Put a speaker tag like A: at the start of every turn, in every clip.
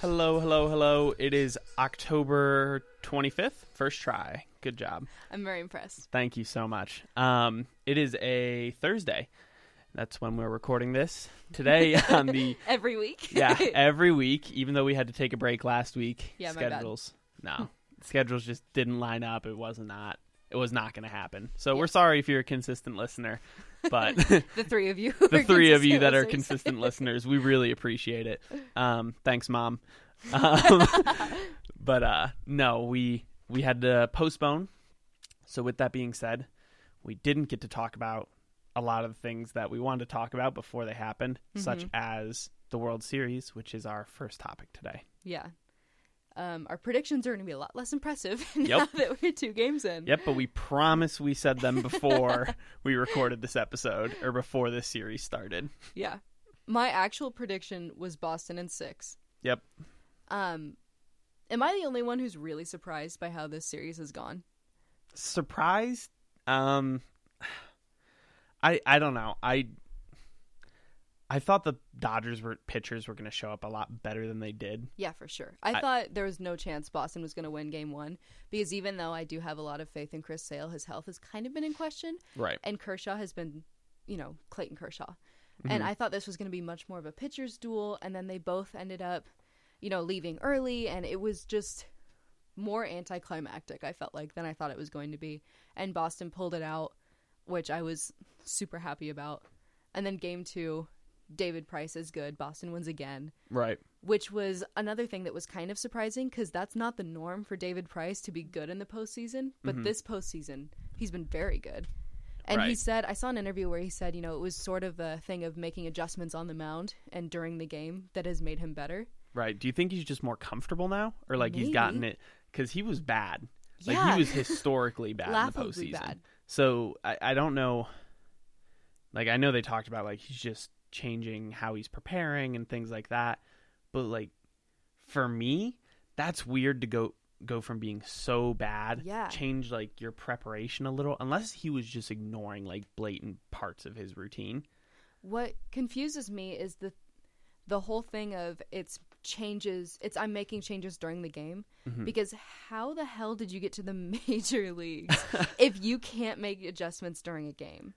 A: Hello, hello, hello. It is October 25th. First try. Good job.
B: I'm very impressed.
A: Thank you so much. Um, it is a Thursday. That's when we're recording this. Today on the
B: Every week.
A: yeah, every week, even though we had to take a break last week,
B: Yeah, my bad.
A: schedules. No. schedules just didn't line up. It was not it was not going to happen. So we're sorry if you're a consistent listener, but
B: the three of you.
A: the three of you that are consistent listeners. We really appreciate it. Um, thanks, mom. Um, but uh, no, we we had to postpone. So with that being said, we didn't get to talk about a lot of the things that we wanted to talk about before they happened, such as the World Series, which is our first topic today.
B: Yeah. Um, our predictions are going to be a lot less impressive now
A: Yep.
B: that we're two games in.
A: Yep, but we promise we said them before we recorded this episode or before this series started.
B: Yeah. My actual prediction was Boston in six.
A: Yep.
B: Um, am I the only one who's really surprised by how this series has gone?
A: surprised um i i don't know i i thought the dodgers were pitchers were going to show up a lot better than they did
B: Yeah, for sure. I,
A: I-
B: thought there was no chance Boston was going to win game one because even though I do have a lot of faith in Chris Sale, his health has kind of been in question.
A: right
B: and Kershaw has been, you know, Clayton Kershaw. And I thought this was going to be much more of a pitcher's duel. And then they both ended up, you know, leaving early. And it was just more anticlimactic, I felt like, than I thought it was going to be. And Boston pulled it out, which I was super happy about. And then game two, David Price is good. Boston wins again,
A: right
B: which was another thing that was kind of surprising because that's not the norm for David Price to be good in the postseason. But this postseason, he's been very good. And he
A: Mm-hmm. Right.
B: said, I saw an interview where he said, you know, it was sort of a thing of making adjustments on the mound and during the game that has made him better.
A: right do you think he's just more comfortable now or like he's
B: Maybe.
A: gotten it because he was bad like
B: Yeah.
A: he was historically bad in the
B: Laughably
A: postseason
B: bad.
A: so I, I don't know like i know they talked about like he's just changing how he's preparing and things like that but like for me that's weird to go go from being so bad
B: Yeah.
A: change like your preparation a little unless he was just ignoring like blatant parts of his routine
B: What confuses me is the the whole thing of it's changes, it's I'm making changes during the game
A: Mm-hmm.
B: because how the hell did you get to the major leagues if you can't make adjustments during a game?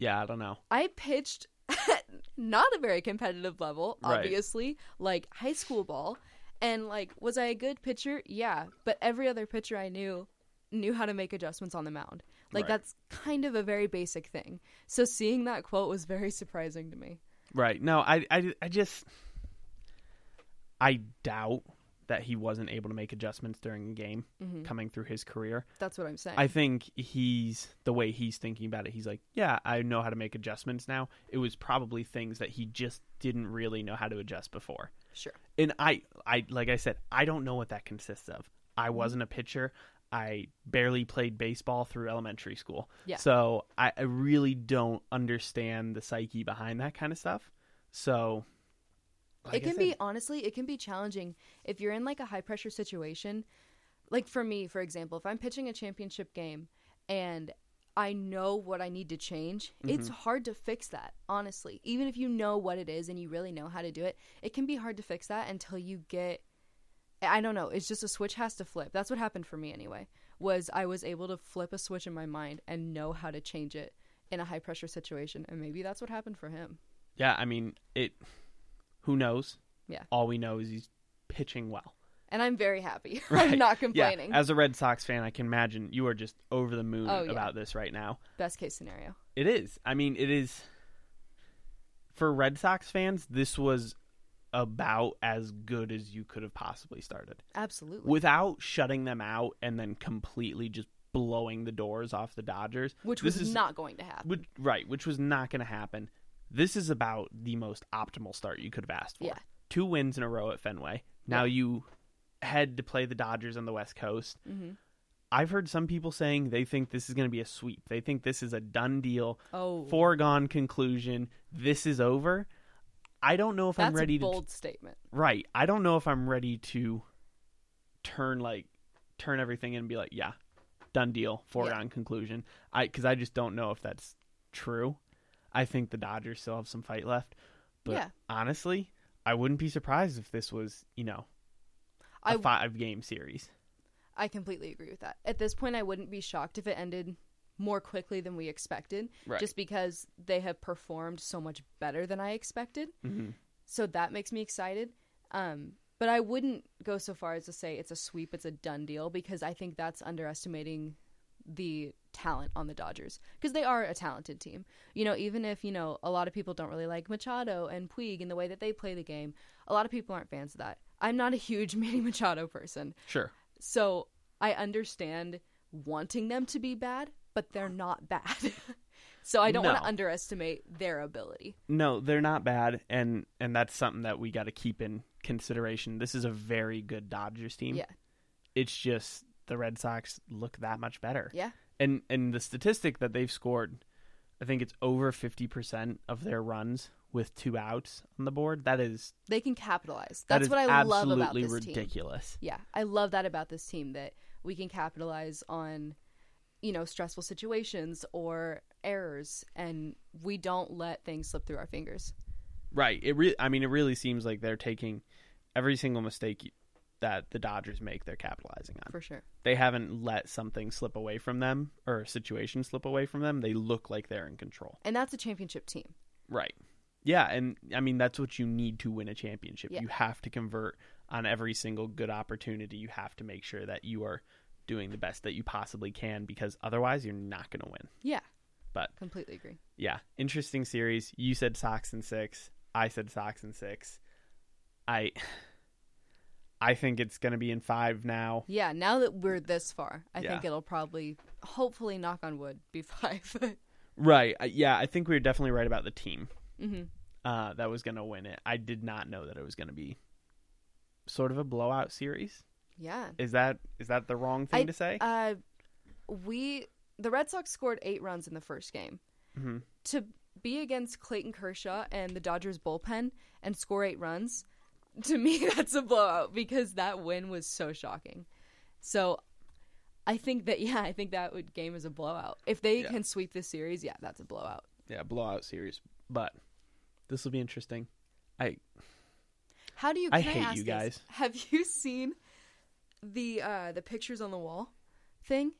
A: yeah i don't know
B: I pitched at not a very competitive level,
A: Right.
B: obviously, like high school ball. And like, was I a good pitcher? Yeah, but every other pitcher I knew knew how to make adjustments on the mound. Like
A: Right.
B: that's kind of a very basic thing. So seeing that quote was very surprising to me.
A: Right. No, I, I, I just, I doubt that he wasn't able to make adjustments during the game coming through his career.
B: That's what I'm saying.
A: I think he's, the way he's thinking about it, he's like, yeah, I know how to make adjustments now. It was probably things that he just didn't really know how to adjust before.
B: sure.
A: And I, I, like I said, I don't know what that consists of.
B: Mm-hmm.
A: I wasn't a pitcher. I barely played baseball through elementary school.
B: Yeah.
A: So I, I really don't understand the psyche behind that kind of stuff. So like I
B: it can
A: said,
B: be honestly, it can be challenging if you're in like a high pressure situation. Like for me, for example, if I'm pitching a championship game and I know what I need to change, it's
A: Mm-hmm.
B: hard to fix that, honestly. Even if you know what it is and you really know how to do it, it can be hard to fix that until you get I don't know, it's just a switch has to flip. That's what happened for me anyway. Was I was able to flip a switch in my mind and know how to change it in a high pressure situation and maybe that's what happened for him.
A: Yeah, I mean, it who knows?
B: Yeah.
A: All we know is he's pitching well.
B: And I'm very happy.
A: Right.
B: I'm not
A: Yeah,
B: complaining.
A: As a Red Sox fan, I can imagine you are just over the moon
B: Oh, yeah.
A: about this right now.
B: Best case scenario.
A: It is. I mean, it is for Red Sox fans, this was about as good as you could have possibly started.
B: Absolutely.
A: without shutting them out and then completely just blowing the doors off the Dodgers.
B: Which
A: this
B: was
A: is,
B: not going to happen.
A: which, right, which was not going to happen. This is about the most optimal start you could have asked for.
B: Yeah.
A: Two wins in a row at Fenway. Now you head to play the Dodgers on the West Coast.
B: Mm-hmm.
A: I've heard some people saying they think this is going to be a sweep. They think this is a done deal,
B: Oh.
A: foregone conclusion. This is over. I don't know if
B: That's
A: I'm ready
B: a
A: to
B: bold statement.
A: right i don't know if i'm ready to turn like turn everything in and be like yeah done deal foregone conclusion i because i just don't know if that's true i think the dodgers still have some fight left but
B: Yeah.
A: honestly i wouldn't be surprised if this was you know a
B: I-
A: five game series.
B: I completely agree with that. At this point, I wouldn't be shocked if it ended more quickly than we expected,
A: Right.
B: just because they have performed so much better than I expected.
A: Mhm.
B: So that makes me excited. Um, but I wouldn't go so far as to say it's a sweep, it's a done deal, because I think that's underestimating the talent on the Dodgers because they are a talented team. You know, even if, you know, a lot of people don't really like Machado and Puig and the way that they play the game, a lot of people aren't fans of that. I'm not a huge Manny Machado person.
A: Sure.
B: So I understand wanting them to be bad, but they're not bad. so I don't want
A: No.
B: to underestimate their ability.
A: No, they're not bad, and and that's something that we got to keep in consideration. This is a very good Dodgers team.
B: Yeah.
A: It's just the Red Sox look that much better.
B: Yeah.
A: And and the statistic that they've scored, I think it's over fifty percent of their runs with two outs on the board. That is
B: They can capitalize.
A: that
B: That's
A: is
B: what I love
A: absolutely
B: about this team.
A: ridiculous.
B: Yeah, I love that about this team that we can capitalize on, you know, stressful situations or errors, and we don't let things slip through our fingers.
A: Right. It re- I mean, it really seems like they're taking every single mistake you- that the Dodgers make. They're capitalizing on.
B: For sure.
A: They haven't let something slip away from them or a situation slip away from them. They look like they're in control.
B: And that's a championship team.
A: Right. Yeah, and I mean that's what you need to win a championship.
B: Yeah.
A: You have to convert on every single good opportunity. You have to make sure that you are doing the best that you possibly can because otherwise you're not going to win.
B: Yeah,
A: But
B: completely agree.
A: yeah, interesting series. You said Sox and six. I said Sox and six. I I think it's going to be in five now.
B: Yeah, now that we're this far, I
A: Yeah.
B: think it'll probably, hopefully, knock on wood, be five.
A: Right. I- Yeah, I think we were definitely right about the team
B: hmm
A: uh, that was going to win it. I did not know that it was going to be sort of a blowout series.
B: Yeah.
A: Is that is that the wrong thing
B: I-
A: to say?
B: Uh, we the Red Sox scored eight runs in the first game.
A: Mhm.
B: To be against Clayton Kershaw and the Dodgers bullpen and score eight runs, to me that's a blowout because that win was so shocking. So, I think that yeah, I think that would, game is a blowout. If they
A: Yeah.
B: can sweep this series, yeah, that's a blowout.
A: yeah, blowout series. But this will be interesting. I
B: How do you?
A: I
B: can
A: hate
B: ask
A: you
B: this?
A: guys.
B: Have you seen the uh, the pictures on the wall thing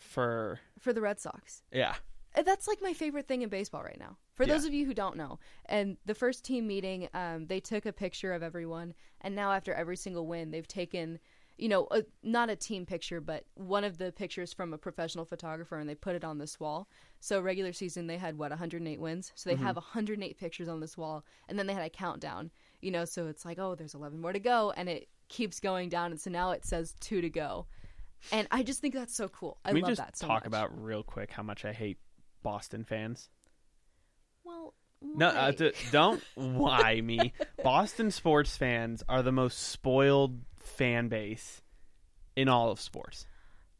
A: for
B: for the Red Sox?
A: yeah.
B: Uh, that's like my favorite thing in baseball right now. For
A: Yeah.
B: those of you who don't know, and the first team meeting, um, they took a picture of everyone, and now after every single win, they've taken, you know, a, not a team picture, but one of the pictures from a professional photographer, and they put it on this wall. So regular season, they had what 108 wins, so they
A: Mm-hmm.
B: have 108 pictures on this wall, and then they had a countdown, you know, so it's like, oh, there's 11 more to go, and it keeps going down, and so now it says two to go, and I just think that's so cool. I
A: Can we
B: love
A: just
B: that so
A: talk
B: much.
A: about real quick how much I hate Boston fans?
B: well.
A: No, uh,
B: why?
A: d- don't why me. Boston sports fans are the most spoiled fan base in all of sports.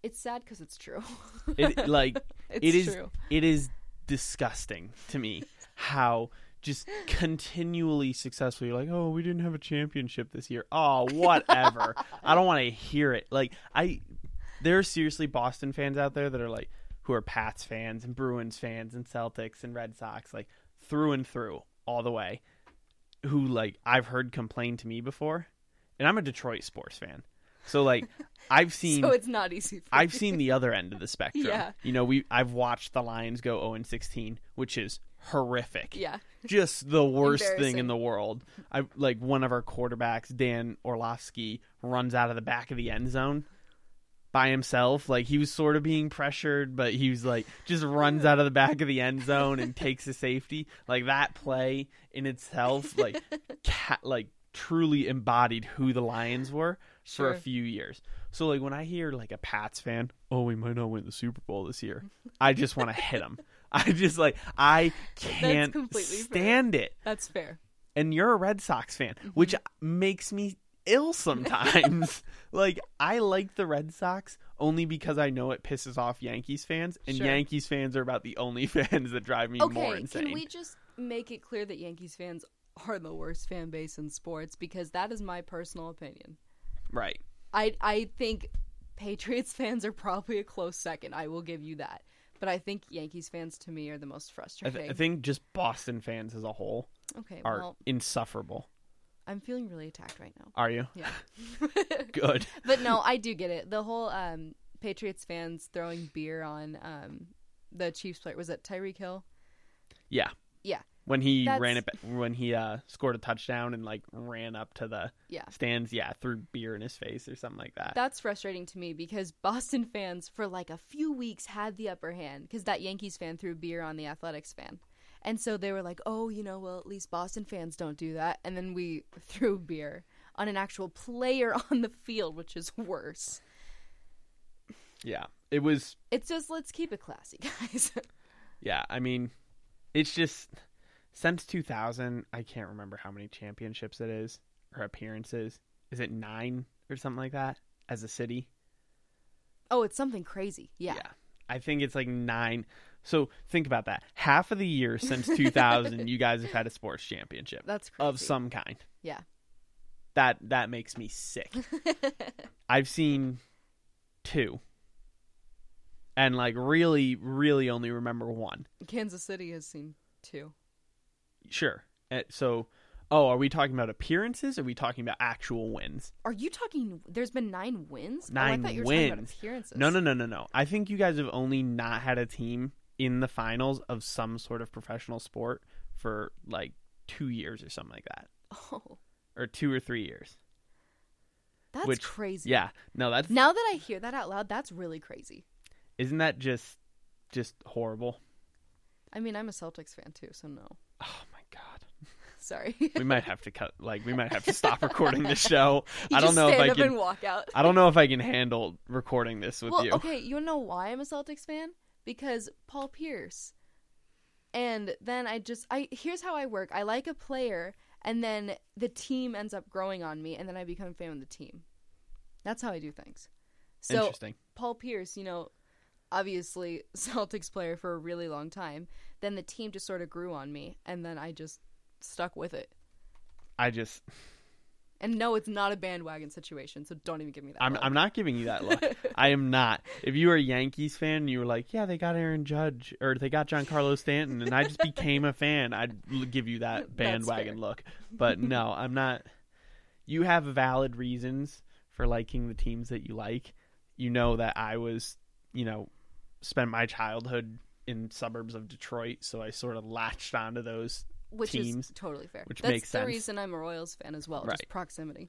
B: It's sad because it's true.
A: It like
B: It's
A: it is
B: true.
A: it is disgusting to me how just continually successful you're like oh we didn't have a championship this year oh whatever i don't want to hear it like i there are seriously boston fans out there that are like who are pats fans and bruins fans and celtics and red sox like through and through all the way who like i've heard complain to me before and i'm a detroit sports fan so like i've seen
B: so it's not easy for
A: I've
B: you.
A: seen the other end of the spectrum.
B: Yeah.
A: You know, we I've watched the Lions go 0 16, which is horrific.
B: Yeah.
A: Just the worst thing in
B: Embarrassing.
A: the world. I like one of our quarterbacks, Dan Orlovsky, runs out of the back of the end zone by himself. Like he was sort of being pressured, but he was like just runs out of the back of the end zone and takes a safety. Like that play in itself, like cat like truly embodied who the Lions were for a
B: Sure.
A: few years. So like when I hear like a Pats fan, oh we might not win the Super Bowl this year, I just want to hit him. I just like I can't
B: completely fair.
A: stand it.
B: That's fair.
A: And you're a Red Sox fan,
B: Mm-hmm.
A: which makes me ill sometimes. like I like the Red Sox only because I know it pisses off Yankees fans, and
B: Sure.
A: Yankees fans are about the only fans that drive me more
B: Okay,
A: insane.
B: can we just make it clear that Yankees fans are the worst fan base in sports because that is my personal opinion.
A: Right.
B: I I think Patriots fans are probably a close second. I will give you that. But I think Yankees fans to me are the most
A: I,
B: frustrating.
A: th- I think just Boston fans as a whole
B: okay,
A: are
B: well,
A: insufferable.
B: I'm feeling really attacked right now.
A: Are you?
B: Yeah.
A: Good.
B: but no, I do get it. The whole um, Patriots fans throwing beer on um, the Chiefs player was it Tyreek Hill?
A: Yeah.
B: Yeah.
A: When he
B: That's-
A: ran it ba- when he uh, scored a touchdown and like ran up to the
B: Yeah.
A: stands, yeah, threw beer in his face or something like that.
B: That's frustrating to me because Boston fans for like a few weeks had the upper hand because that Yankees fan threw beer on the Athletics fan. And so they were like, oh, you know, well, at least Boston fans don't do that. And then we threw beer on an actual player on the field, which is worse.
A: yeah. It was
B: It's just, let's keep it classy, guys.
A: Yeah, I mean, it's just since 2000, I can't remember how many championships it is or appearances. Is it nine or something like that as a city?
B: oh, it's something crazy. Yeah.
A: I think it's like nine. So think about that. Half of the year since 2000, you guys have had a sports championship
B: That's crazy.
A: of some kind.
B: Yeah.
A: That that makes me sick. I've seen two. And like really really only remember one.
B: Kansas City has seen two.
A: Sure. Uh, So, oh, are we talking about appearances? Or are we talking about actual wins?
B: Are you talking? There's been nine wins.
A: Nine
B: oh, I thought you were talking about
A: wins.
B: appearances.
A: No, no, no, no, no. I think you guys have only not had a team in the finals of some sort of professional sport for like two years or something like that,
B: Oh,
A: or two or three years.
B: that's
A: Which-
B: crazy.
A: Yeah. No, that's
B: Now that I hear that out loud, that's really crazy.
A: isn't that just just horrible?
B: I mean, I'm a Celtics fan too, so no.
A: Oh my god.
B: Sorry.
A: We might have to cut. Like we might have to stop recording the show.
B: You
A: I don't
B: just
A: know if
B: stand
A: I
B: up
A: can.
B: and walk out.
A: I don't know if I can handle recording this with
B: well,
A: you.
B: okay, you wanna know why I'm a Celtics fan? Because Paul Pierce. And then I just I here's how I work. I like a player and then the team ends up growing on me and then I become a fan of the team. That's how I do things. So
A: Interesting.
B: Paul Pierce, you know, obviously Celtics player for a really long time, then the team just sort of grew on me and then I just stuck with it.
A: I just
B: And no, it's not a bandwagon situation, so don't even give me that.
A: I'm
B: look.
A: I'm not giving you that look. I am not. If you were a Yankees fan and you were like, yeah, they got Aaron Judge or they got John Carlos Stanton, and I just became a fan, I'd l- give you that bandwagon
B: fair.
A: look. But no, I'm not. You have valid reasons for liking the teams that you like. You know that I was, you know, spent my childhood in suburbs of Detroit, so I sort of latched onto those
B: which
A: teams,
B: is totally fair.
A: which
B: That's
A: makes
B: the
A: sense.
B: reason I'm a Royals fan as well,
A: Right.
B: just proximity.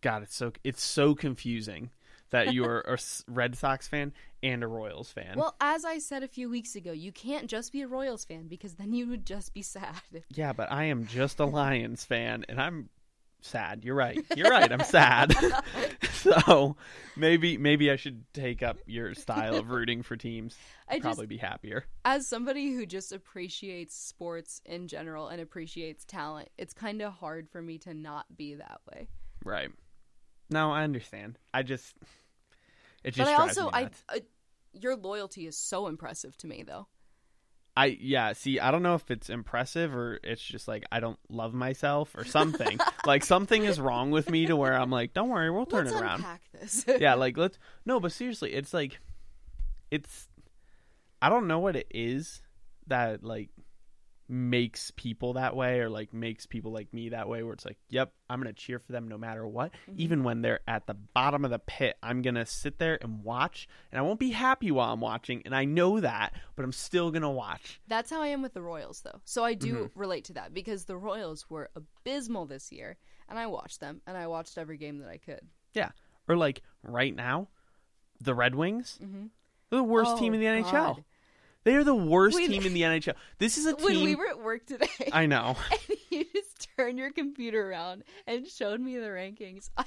A: God, it's so it's so confusing that you are a s- Red Sox fan and a Royals fan.
B: Well, as I said a few weeks ago, you can't just be a Royals fan because then you would just be sad.
A: yeah, but I am just a Lions fan, and I'm sad. You're right. You're right. I'm sad. so maybe maybe I should take up your style of rooting for teams.
B: I just-
A: probably be happier.
B: As somebody who just appreciates sports in general and appreciates talent, it's kind of hard for me to not be that way.
A: Right. No, I understand. I just it
B: But
A: just
B: I
A: drives
B: also
A: me
B: I,
A: nuts.
B: uh your loyalty is so impressive to me though.
A: I yeah, see, I don't know if it's impressive or it's just like I don't love myself or something. like something is wrong with me to where I'm like, don't worry, we'll turn
B: Let's
A: it around.
B: unpack this.
A: Yeah, like let's No, but seriously, it's like it's I don't know what it is that like makes people that way or like makes people like me that way where it's like, yep, I'm going to cheer for them no matter what,
B: Mm-hmm.
A: even when they're at the bottom of the pit. I'm going to sit there and watch and I won't be happy while I'm watching and I know that, but I'm still going to watch.
B: That's how I am with the Royals, though. So I do
A: Mm-hmm.
B: relate to that because the Royals were abysmal this year, and I watched them, and I watched every game that I could.
A: Yeah. Or like right now, the Red Wings, they're the worst team in the
B: Mm-hmm. Oh,
A: NHL.
B: God.
A: They are the worst
B: When-
A: team in the NHL. This is a team.
B: When we were at work today,
A: I know.
B: and you just turned your computer around and showed me the rankings, I,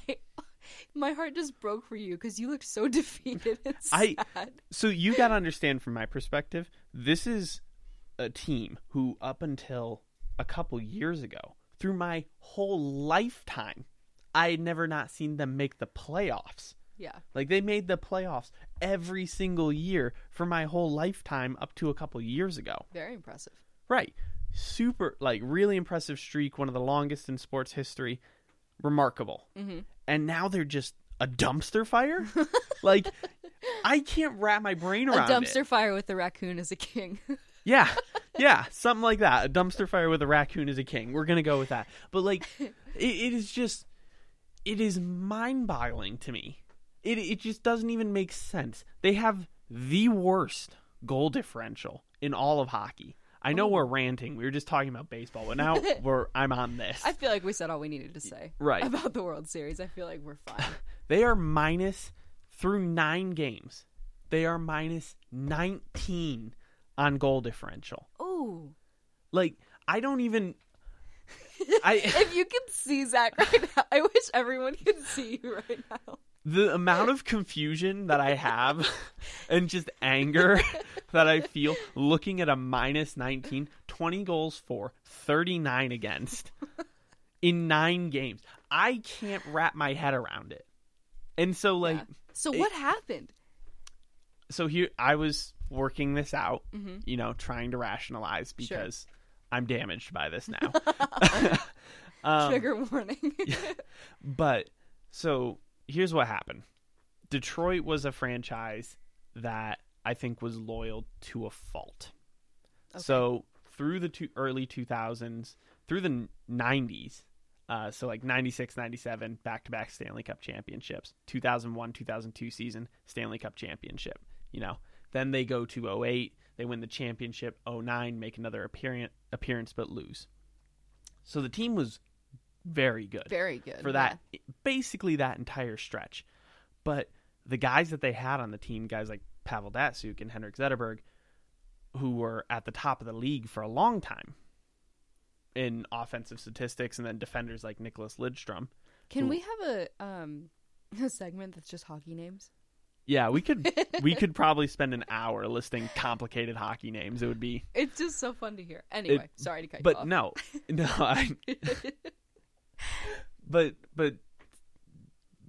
B: my heart just broke for you because you looked so defeated and
A: I-
B: sad.
A: So you got to understand from my perspective, this is a team who up until a couple years ago, through my whole lifetime, I had never not seen them make the playoffs.
B: yeah,
A: Like they made the playoffs every single year for my whole lifetime up to a couple years ago.
B: very impressive.
A: Right. Super, like, really impressive streak, one of the longest in sports history. Remarkable. Mm-hmm. And now they're just a dumpster fire? like, I can't wrap my brain
B: A
A: around
B: dumpster
A: it.
B: fire with the raccoon as a king.
A: Yeah. Yeah. Something like that. A dumpster fire with a raccoon is a king. We're going to go with that. But, like, It, it is just, it is mind boggling to me. It, it just doesn't even make sense. They have the worst goal differential in all of hockey. I know we're ranting. We were just talking about baseball, but now we're I'm on this.
B: I feel like we said all we needed to say
A: Right.
B: about the World Series. I feel like we're fine.
A: They are minus through nine games. They are minus 19 on goal differential.
B: Ooh.
A: Like, I don't even. I
B: If you could see Zach right now, I wish everyone could see you right now.
A: the amount of confusion that I have and just anger that I feel looking at a minus 19, 20 goals for, 39 against in 9 games. I can't wrap my head around it. And so like
B: Yeah. So what happened?
A: so here I was working this out,
B: Mhm.
A: you know, trying to rationalize
B: Sure.
A: because I'm damaged by this now. Um,
B: Trigger warning.
A: But so here's what happened Detroit was a franchise that I think was loyal to a fault. So through the two early 2000s, through the 90s, uh, so like 96, 97, back to back Stanley Cup championships, 2001, 2002 season, Stanley Cup championship, you know. Then they go to 08, they win the championship, 09, make another appearance, appearance but lose. So the team was very good
B: Very good.
A: for that basically that entire stretch. But the guys that they had on the team, guys like Pavel Datsuk and Henrik Zetterberg, who were at the top of the league for a long time in offensive statistics, and then defenders like Nicholas Lidstrom.
B: Can
A: Ooh.
B: we have a um a segment that's just hockey names?
A: Yeah, we could we could probably spend an hour listing complicated hockey names. It would be,
B: It's just so fun to hear. Anyway, sorry to cut you
A: but
B: off.
A: no, no, I, but but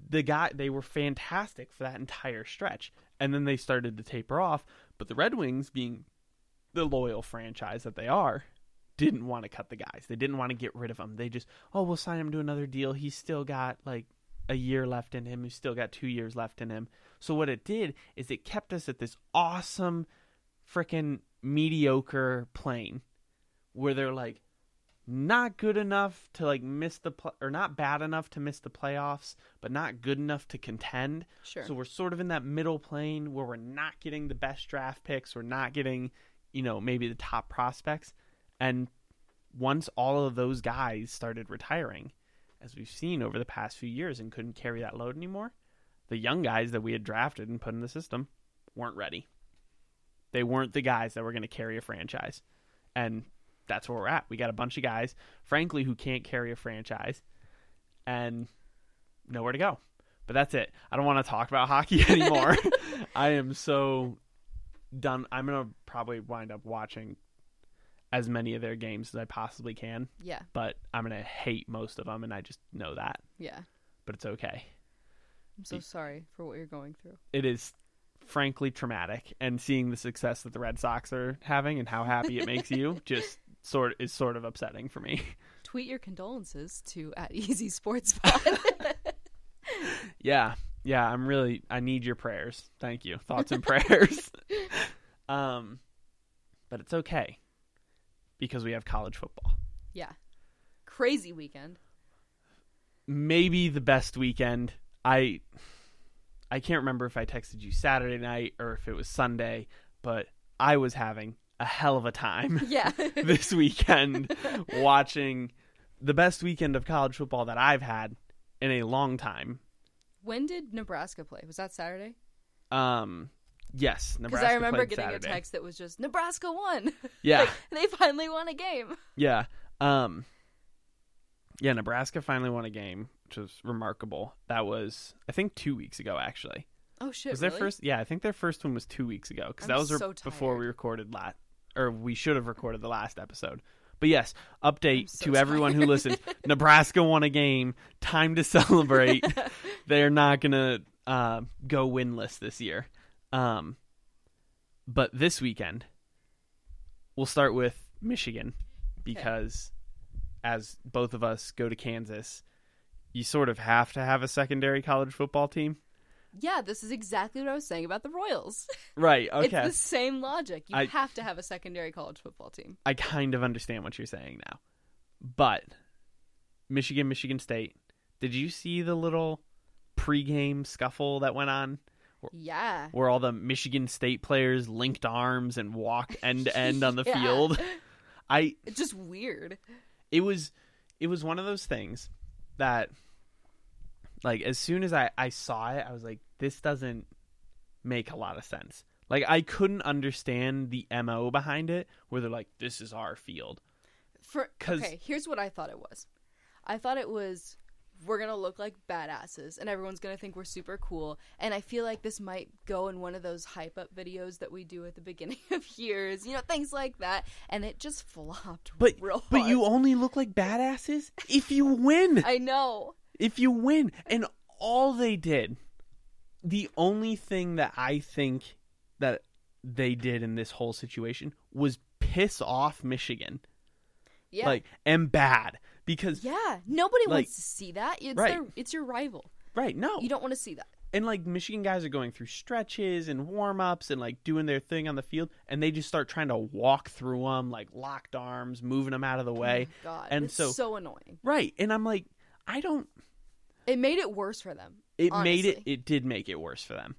A: the guy they were fantastic for that entire stretch and then they started to taper off but the red wings being the loyal franchise that they are didn't want to cut the guys they didn't want to get rid of them they just oh we'll sign him to another deal he's still got like a year left in him he's still got two years left in him so what it did is it kept us at this awesome freaking mediocre plane where they're like not good enough to like miss the pl- or not bad enough to miss the playoffs, but not good enough to contend.
B: Sure.
A: So we're sort of in that middle plane where we're not getting the best draft picks, we're not getting, you know, maybe the top prospects. And once all of those guys started retiring, as we've seen over the past few years and couldn't carry that load anymore, the young guys that we had drafted and put in the system weren't ready. They weren't the guys that were going to carry a franchise. And that's where we're at. We got a bunch of guys, frankly, who can't carry a franchise and nowhere to go. But that's it. I don't want to talk about hockey anymore. I am so done. I'm going to probably wind up watching as many of their games as I possibly can,
B: yeah,
A: but I'm going to hate most of them, and I just know that.
B: yeah.
A: But it's okay.
B: I'm so sorry for what you're going through.
A: It is frankly traumatic, and seeing the success that the Red Sox are having and how happy it makes you just sort is sort of upsetting for me.
B: Tweet your condolences to at Easy Sports Pod.
A: Yeah. Yeah, I'm really I need your prayers. Thank you. Thoughts and prayers. um but it's okay because we have college football.
B: yeah. Crazy weekend.
A: Maybe the best weekend. I I can't remember if I texted you Saturday night or if it was Sunday, but I was having a hell of a time.
B: Yeah.
A: this weekend watching the best weekend of college football that I've had in a long time.
B: when did Nebraska play? Was that Saturday?
A: Um yes,
B: Because
A: Nebraska
B: I remember
A: played
B: getting
A: Saturday. Ah.
B: a text that was just Nebraska won.
A: Yeah.
B: they finally won a game.
A: Yeah. Um Yeah, Nebraska finally won a game, which was remarkable. That was I think 2 weeks ago actually.
B: Oh shit!
A: Was
B: really?
A: their first Yeah, I think their first one was 2 weeks ago cuz
B: I'm
A: that was re-
B: so
A: before
B: tired.
A: we recorded last or we should have recorded the last episode. But yes, update
B: so
A: to everyone who
B: tired.
A: listens. Nebraska won a game. Time to celebrate. They're not going to uh, go winless this year. Um, but this weekend, we'll start with Michigan because as both of us go to Kansas, you sort of have to have a secondary college football team.
B: Yeah, this is exactly what I was saying about the Royals.
A: Right.
B: It's the same logic. You
A: I-
B: have to have a secondary college football team.
A: I kind of understand what you're saying now. But Michigan, Michigan State. Did you see the little pregame scuffle that went on
B: Yeah.
A: where all the Michigan State players linked arms and walked end to end on the
B: Yeah.
A: field? I
B: It's just weird.
A: it was it was one of those things that like as soon as I, I saw it, I was like, this doesn't make a lot of sense. Like I couldn't understand the MO behind it where they're like, This is our field.
B: For
A: 'Cause-
B: okay, here's what I thought it was. I thought it was we're gonna look like badasses, and everyone's gonna think we're super cool. And I feel like this might go in one of those hype up videos that we do at the beginning of years, you know, things like that. And it just flopped.
A: But
B: real
A: but you
B: hard.
A: only look like badasses if you win.
B: I know.
A: if you win and all they did the only thing that i think that they did in this whole situation was piss off michigan
B: Yeah.
A: like and bad because
B: yeah. Nobody
A: like-
B: wants to see that. It's
A: Right.
B: their, it's your rival.
A: right no
B: You don't want to see that.
A: and like michigan guys are going through stretches and warm-ups and like doing their thing on the field and they just start trying to walk through them like locked arms moving them out of the way
B: Oh God.
A: and
B: it's
A: so-
B: so annoying.
A: right and i'm like i don't
B: It made it worse for them.
A: it made it
B: honestly.
A: it did make it worse for them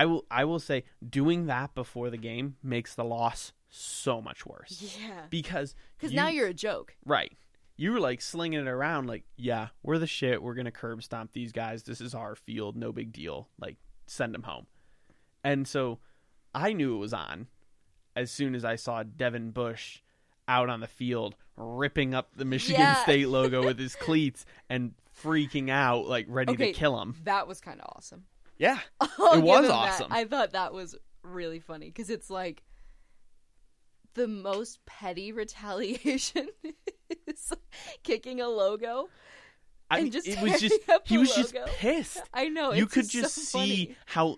A: i will i will say doing that before the game makes the loss so much worse
B: Yeah.
A: because
B: Because
A: you-
B: now you're a joke.
A: right you were like slinging it around like yeah we're the shit we're gonna curb stomp these guys this is our field no big deal like send them home and so i knew it was on as soon as i saw devin bush out on the field ripping up the michigan
B: Yeah.
A: state logo with his cleats and freaking out like ready
B: Okay.
A: to kill him
B: That was kind of awesome.
A: yeah
B: I'll
A: It
B: give
A: was
B: him that.
A: awesome.
B: I thought that was really funny because it's like the most petty retaliation is kicking a logo.
A: I
B: and
A: mean,
B: just
A: it was just
B: tearing up
A: he
B: the
A: was
B: logo.
A: just pissed.
B: I know
A: you
B: it's
A: could just
B: so
A: see
B: funny.
A: how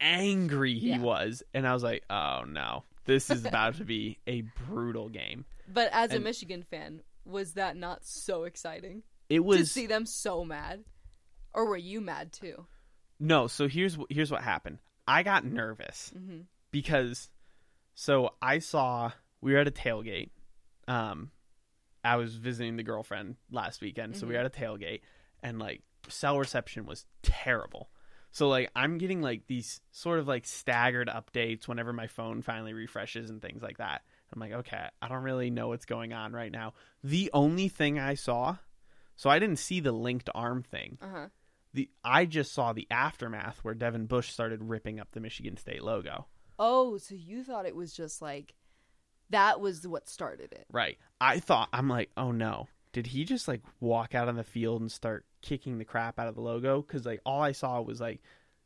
A: angry he
B: Yeah.
A: was, and I was like, "Oh no, this is about to be a brutal game."
B: But as a
A: and-
B: Michigan fan, was that not so exciting
A: It
B: to
A: was
B: see them so mad? Or were you mad too?
A: no. So here's wh- here's what happened. I got nervous
B: Mhm.
A: because so I saw we were at a tailgate. Um, I was visiting the girlfriend last weekend, so we were at a tailgate, and like cell reception was terrible. So like I'm getting like these sort of like staggered updates whenever my phone finally refreshes and things like that. I'm like, okay, I don't really know what's going on right now. The only thing I saw, so I didn't see the linked arm thing.
B: Uh huh.
A: The I just saw the aftermath where Devin Bush started ripping up the Michigan State logo.
B: Oh, so you thought it was just like that was what started it?
A: Right. I thought I'm like, oh no, did he just like walk out on the field and start kicking the crap out of the logo? Because like all I saw was like,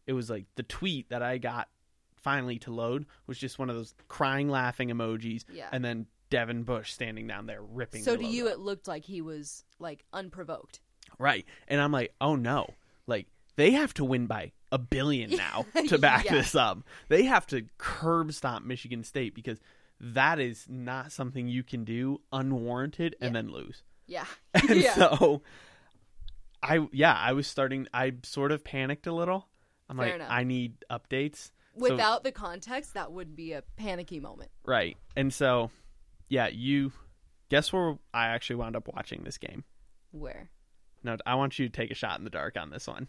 A: it was like the tweet that I got finally to load was just one of those crying laughing emojis,
B: Yeah.
A: and then Devin Bush standing down there ripping.
B: so
A: the
B: to
A: logo.
B: you, it looked like he was like unprovoked.
A: right? And I'm like, oh no, like they have to win by a billion now to back
B: Yeah.
A: this up. They have to curb stomp Michigan State because that is not something you can do unwarranted and then lose.
B: Yeah.
A: And
B: yeah.
A: so I yeah, I was starting I sort of panicked a little. I'm
B: Fair
A: like
B: enough.
A: I need updates. So-
B: Without the context, that would be a panicky moment.
A: right. And so yeah, you guess where I actually wound up watching this game.
B: Where
A: No, I want you to take a shot in the dark on this one.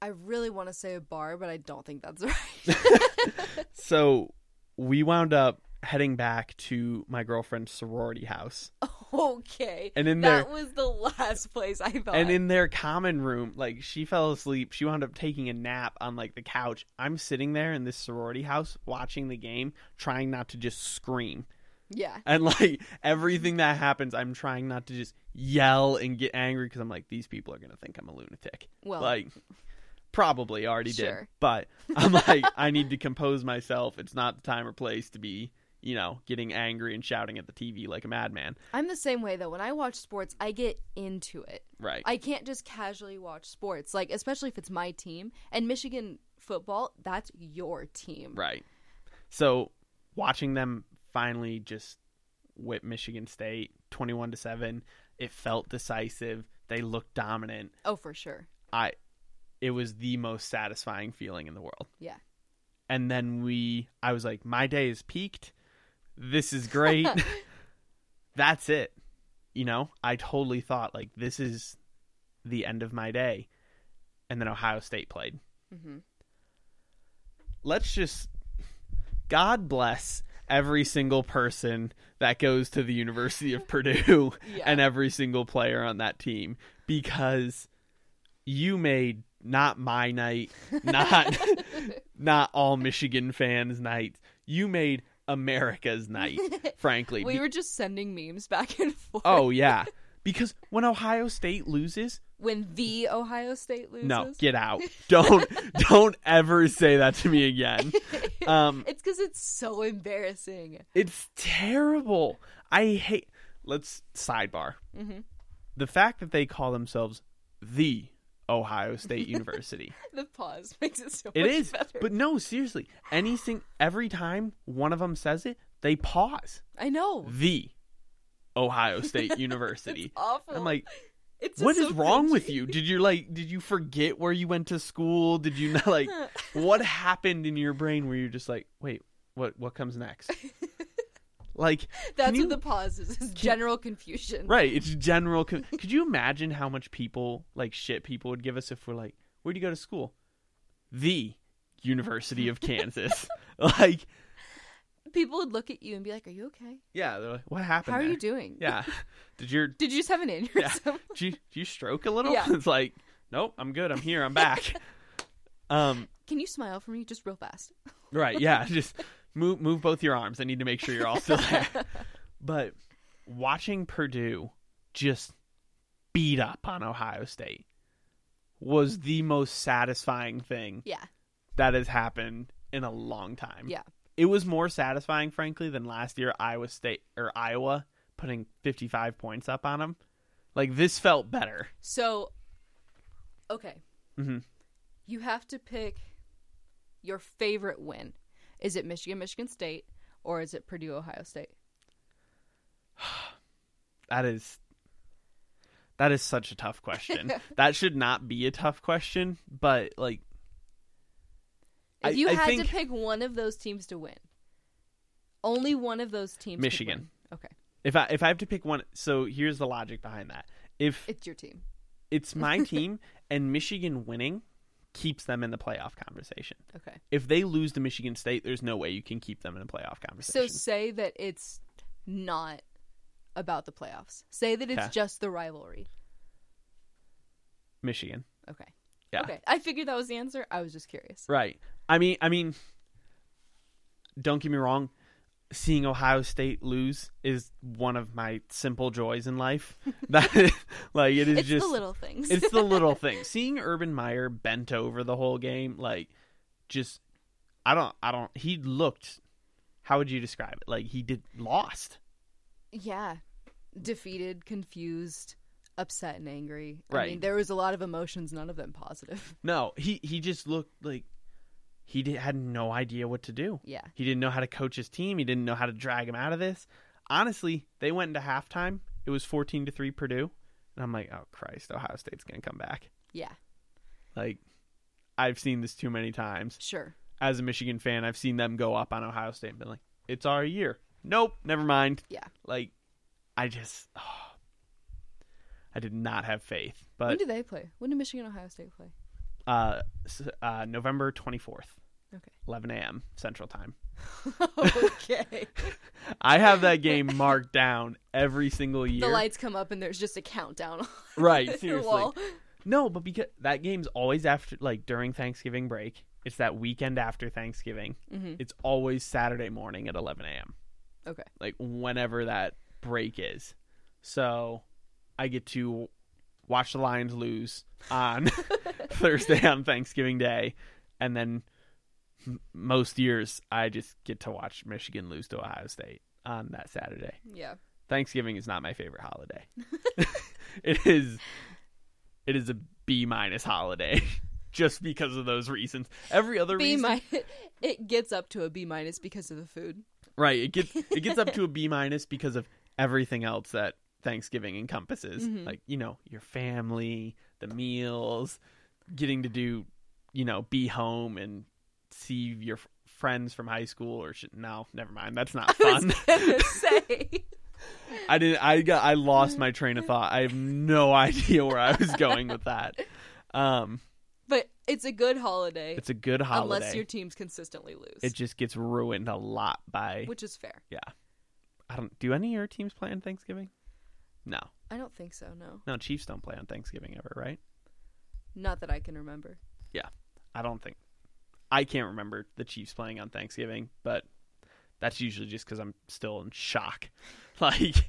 B: I really want to say a bar, but I don't think that's right.
A: So we wound up heading back to my girlfriend's sorority house.
B: okay.
A: And in
B: that
A: there-
B: was the last place Oh, I thought.
A: And in their common room, like she fell asleep. She wound up taking a nap on like the couch. I'm sitting there in this sorority house watching the game, trying not to just scream.
B: yeah.
A: And like everything that happens, I'm trying not to just yell and get angry because I'm like, these people are gonna think I'm a lunatic.
B: Well-
A: like probably already did,
B: Sure.
A: but I'm like, I need to compose myself. It's not the time or place to be, you know, getting angry and shouting at the TV like a madman.
B: I'm the same way though. When I watch sports, I get into it.
A: Right.
B: I can't just casually watch sports, like especially if it's my team and Michigan football. That's your team.
A: Right. So watching them finally just whip Michigan State 21 to 7, it felt decisive. They looked dominant.
B: Oh, for sure.
A: I it was the most satisfying feeling in the world.
B: Yeah.
A: And then we I was like my day is peaked. This is great. That's it. you know, I totally thought like this is the end of my day. And then Ohio State played.
B: Mhm.
A: Let's just God bless every single person that goes to the University of Purdue
B: Yeah.
A: and every single player on that team because you made not my night, not not all Michigan fans' night. You made America's night, frankly.
B: we
A: Be-
B: were just sending memes back and forth.
A: oh yeah, because when Ohio State loses,
B: when the Ohio State loses,
A: no, get out. Don't don't ever say that to me again. Um,
B: it's because it's so embarrassing.
A: it's terrible. I hate. Let's sidebar.
B: Mhm.
A: The fact that they call themselves the Ohio State University.
B: The pause makes it so
A: It
B: much
A: is.
B: better.
A: But no, seriously, anything, every time one of them says it, they pause.
B: I know.
A: The Ohio State
B: It's
A: University.
B: awful.
A: I'm like,
B: it's just
A: what is
B: so
A: wrong
B: cringy.
A: with you? Did you like, did you forget where you went to school? Did you not like, what happened in your brain where you're just like, wait, what, what comes next? Like,
B: That's
A: you-
B: what the pause is. is general confusion.
A: right. It's general. Con- could you imagine how much people, like shit people would give us if we're like, where'd you go to school? The University of Kansas. like,
B: People would look at you and be like, "Are you okay?
A: Yeah, they're like, what happened?
B: How are
A: there?"
B: you doing?
A: Yeah, did your
B: Did you just have an aneurysm?
A: did you, did you stroke a little?
B: Yeah.
A: It's like, nope, I'm good. I'm here. I'm back. um,
B: Can you smile for me just real fast?
A: right. Yeah, just move move both your arms. I need to make sure you're all still there. But watching Purdue just beat up on Ohio State was the most satisfying thing
B: Yeah.
A: that has happened in a long time.
B: Yeah.
A: It was more satisfying, frankly, than last year Iowa State or Iowa putting 55 points up on them. Like this felt better.
B: So, okay.
A: Mhm.
B: You have to pick your favorite win. Is it Michigan, Michigan State, or is it Purdue, Ohio State?
A: That is that is such a tough question. that should not be a tough question, but like I-
B: If you
A: I
B: had
A: think-
B: to pick one of those teams to win, only one of those teams. could
A: Michigan.
B: win. Okay,
A: if I if I have to pick one, so here's the logic behind that. If
B: it's your team.
A: it's my team and Michigan winning keeps them in the playoff conversation.
B: Okay.
A: If they lose to Michigan State, there's no way you can keep them in a playoff
B: So
A: conversation.
B: say that it's not about the playoffs. Say that it's
A: Okay.
B: just the rivalry.
A: Michigan.
B: Okay.
A: Yeah.
B: Okay. I figured that was the answer. I was just curious.
A: Right. I mean, I mean, don't get me wrong. Seeing Ohio State lose is one of my simple joys in life. That like it is
B: It's
A: just
B: the little things.
A: it's the little thing. Seeing Urban Meyer bent over the whole game, like just I don't I don't he looked how would you describe it? Like he did lost.
B: Yeah. Defeated, confused, upset, and angry. I mean,
A: Right.
B: there was a lot of emotions, none of them positive.
A: No, he he just looked like he did, had no idea what to do.
B: Yeah.
A: He didn't know how to coach his team. He didn't know how to drag him out of this. Honestly, they went into halftime. It was 14 to 3 Purdue. And I'm like, oh, Christ, Ohio State's going to come back.
B: Yeah.
A: Like, I've seen this too many times.
B: Sure.
A: As a Michigan fan, I've seen them go up on Ohio State and been like, it's our year. Nope, never mind.
B: Yeah.
A: Like, I just, oh, I did not have faith. But
B: when do they play? When do Michigan and Ohio State play?
A: uh, s- uh, November 24th,
B: Okay.
A: 11 a.m. Central Time.
B: okay.
A: I have that game marked down every single year.
B: the lights come up and there's just a countdown on
A: Right,
B: the
A: seriously.
B: wall.
A: No, but because that game's always after, like during Thanksgiving break. It's that weekend after Thanksgiving.
B: Mhm.
A: It's always Saturday morning at 11 a.m.
B: Okay.
A: Like whenever that break is. So I get to watch the Lions lose on Thursday on Thanksgiving Day. And then m- most years, I just get to watch Michigan lose to Ohio State on that Saturday.
B: Yeah.
A: Thanksgiving is not my favorite holiday. it is it is a B minus holiday just because of those reasons. Every other
B: B
A: reason
B: minus. It gets up to a B minus because of the food.
A: Right, it gets it gets up to a B minus because of everything else that Thanksgiving encompasses. Like, you know, your family, the meals, getting to do, you know, be home and see your f- friends from high school or shit. No, never mind. That's not
B: I was
A: fun.
B: gonna say.
A: I didn't. I got. I lost my train of thought. I have no idea where I was going with that. Um,
B: But it's a good holiday,
A: it's a good holiday.
B: unless your teams consistently lose,
A: It just gets ruined a lot by.
B: which is fair.
A: I don't. Do any of your teams play on Thanksgiving? No,
B: I don't think so. No,
A: no. Chiefs don't play on Thanksgiving ever, right?
B: not that I can remember.
A: I don't think. I can't remember the Chiefs playing on Thanksgiving, but that's usually just because I'm still in shock. Like,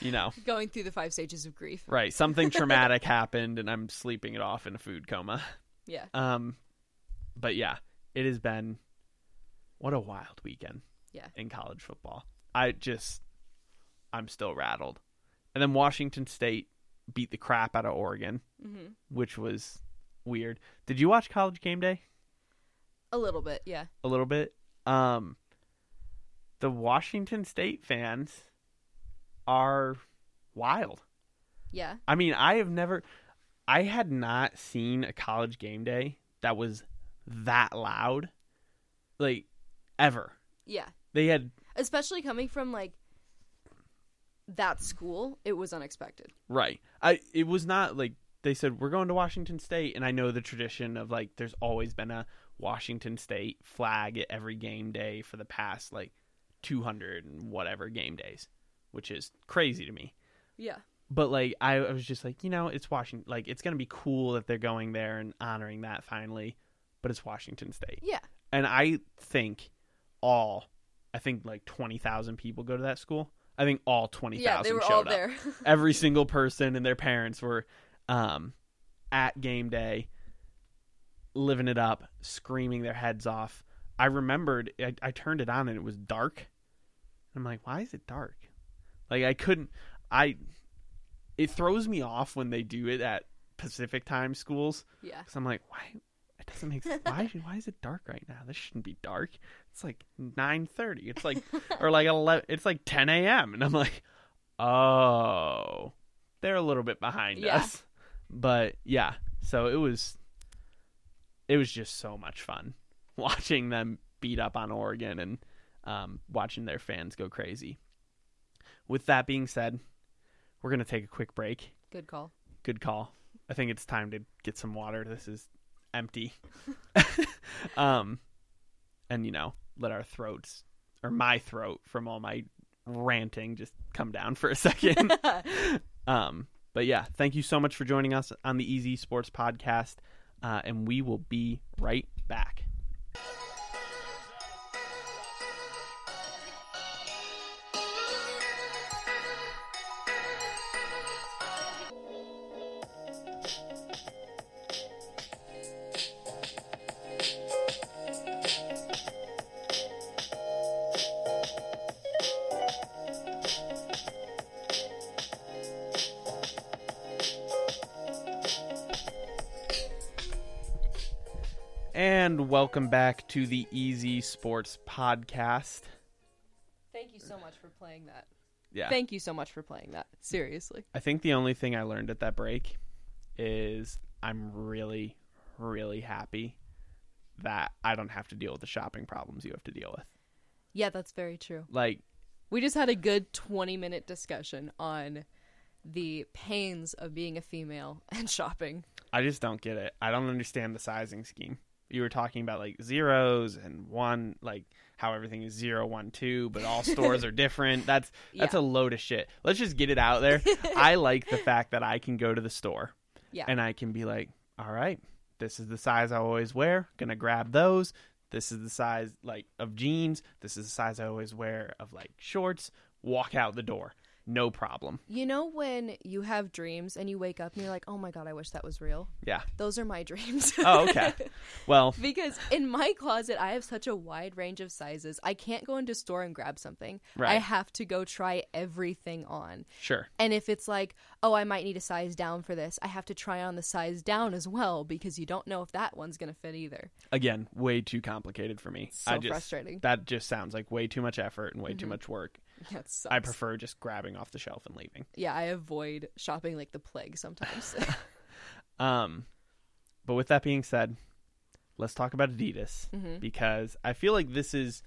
A: you know,
B: Going through the five stages of grief.
A: right? Something traumatic happened, and I'm sleeping it off in a food coma.
B: Yeah,
A: Um, but yeah, it has been what a wild weekend.
B: Yeah.
A: In college football, I just I'm still rattled. And then Washington State beat the crap out of Oregon,
B: hmm
A: which was weird. Did you watch College Game Day
B: a little bit. Yeah,
A: a little bit? Um, the Washington State fans are wild.
B: yeah.
A: I mean, I have never, I had not seen a college game day that was that loud, like ever.
B: Yeah.
A: They had
B: Especially coming from like that school, it was unexpected.
A: right. I it was not like they said we're going to Washington State, and I know the tradition of like there's always been a Washington State flag at every game day for the past like 200 and whatever game days, which is crazy to me.
B: Yeah.
A: but like I, I was just like you know it's washington like it's gonna be cool that they're going there and honoring that finally but it's washington state
B: Yeah.
A: and i think all i think like 20000 people go to that school i think all
B: Yeah,
A: 20000
B: they were
A: showed
B: all
A: up
B: there.
A: every single person and their parents were um, at game day living it up screaming their heads off i remembered I, I turned it on and it was dark i'm like why is it dark like i couldn't i it throws me off when they do it at pacific time schools
B: yeah.
A: because i'm like why it doesn't make sense why, why is it dark right now this shouldn't be dark it's like 9.30 it's like or like 11 it's like 10 a.m and i'm like oh they're a little bit behind
B: Yeah.
A: us but yeah so it was it was just so much fun watching them beat up on oregon and um, watching their fans go crazy with that being said we're going to take a quick break
B: Good call.
A: good call. I think it's time to get some water. This is empty. um, and you know, let our throats or my throat from all my ranting just come down for a second. um, but yeah, thank you so much for joining us on the Easy Sports Podcast, uh, and we will be right back. And welcome back to the Easy Sports Podcast.
B: Thank you so much for playing that.
A: Yeah.
B: Thank you so much for playing that. Seriously.
A: I think the only thing I learned at that break is I'm really, really happy that I don't have to deal with the shopping problems you have to deal with.
B: Yeah, that's very true.
A: Like,
B: We just had a good 20 minute discussion on the pains of being a female and shopping.
A: I just don't get it. I don't understand the sizing scheme. You were talking about like zeros and one, like how everything is zero, one, two, but all stores are different. That's that's
B: Yeah.
A: a load of shit. Let's just get it out there. I like the fact that I can go to the store
B: Yeah.
A: and I can be like, all right, this is the size I always wear. Gonna grab those. This is the size like of jeans. This is the size I always wear of like shorts. Walk out the door, no problem.
B: You know when you have dreams and you wake up and you're like, "Oh my god, I wish that was real."
A: Yeah.
B: Those are my dreams.
A: Oh, okay. Well,
B: because in my closet I have such a wide range of sizes. I can't go into store and grab something. I
A: Right.
B: have to go try everything on.
A: sure.
B: And if it's like, "Oh, I might need a size down for this." I have to try on the size down as well because you don't know if that one's going to fit either.
A: Again, way too complicated for me.
B: So
A: I just,
B: frustrating. Mm-hmm.
A: That just sounds like way too much effort and way too much work.
B: Yeah, it sucks.
A: I prefer just grabbing off the shelf and leaving.
B: yeah, I avoid shopping like the plague sometimes.
A: Um, but with that being said, let's talk about Adidas
B: Mm-hmm.
A: because I feel like this is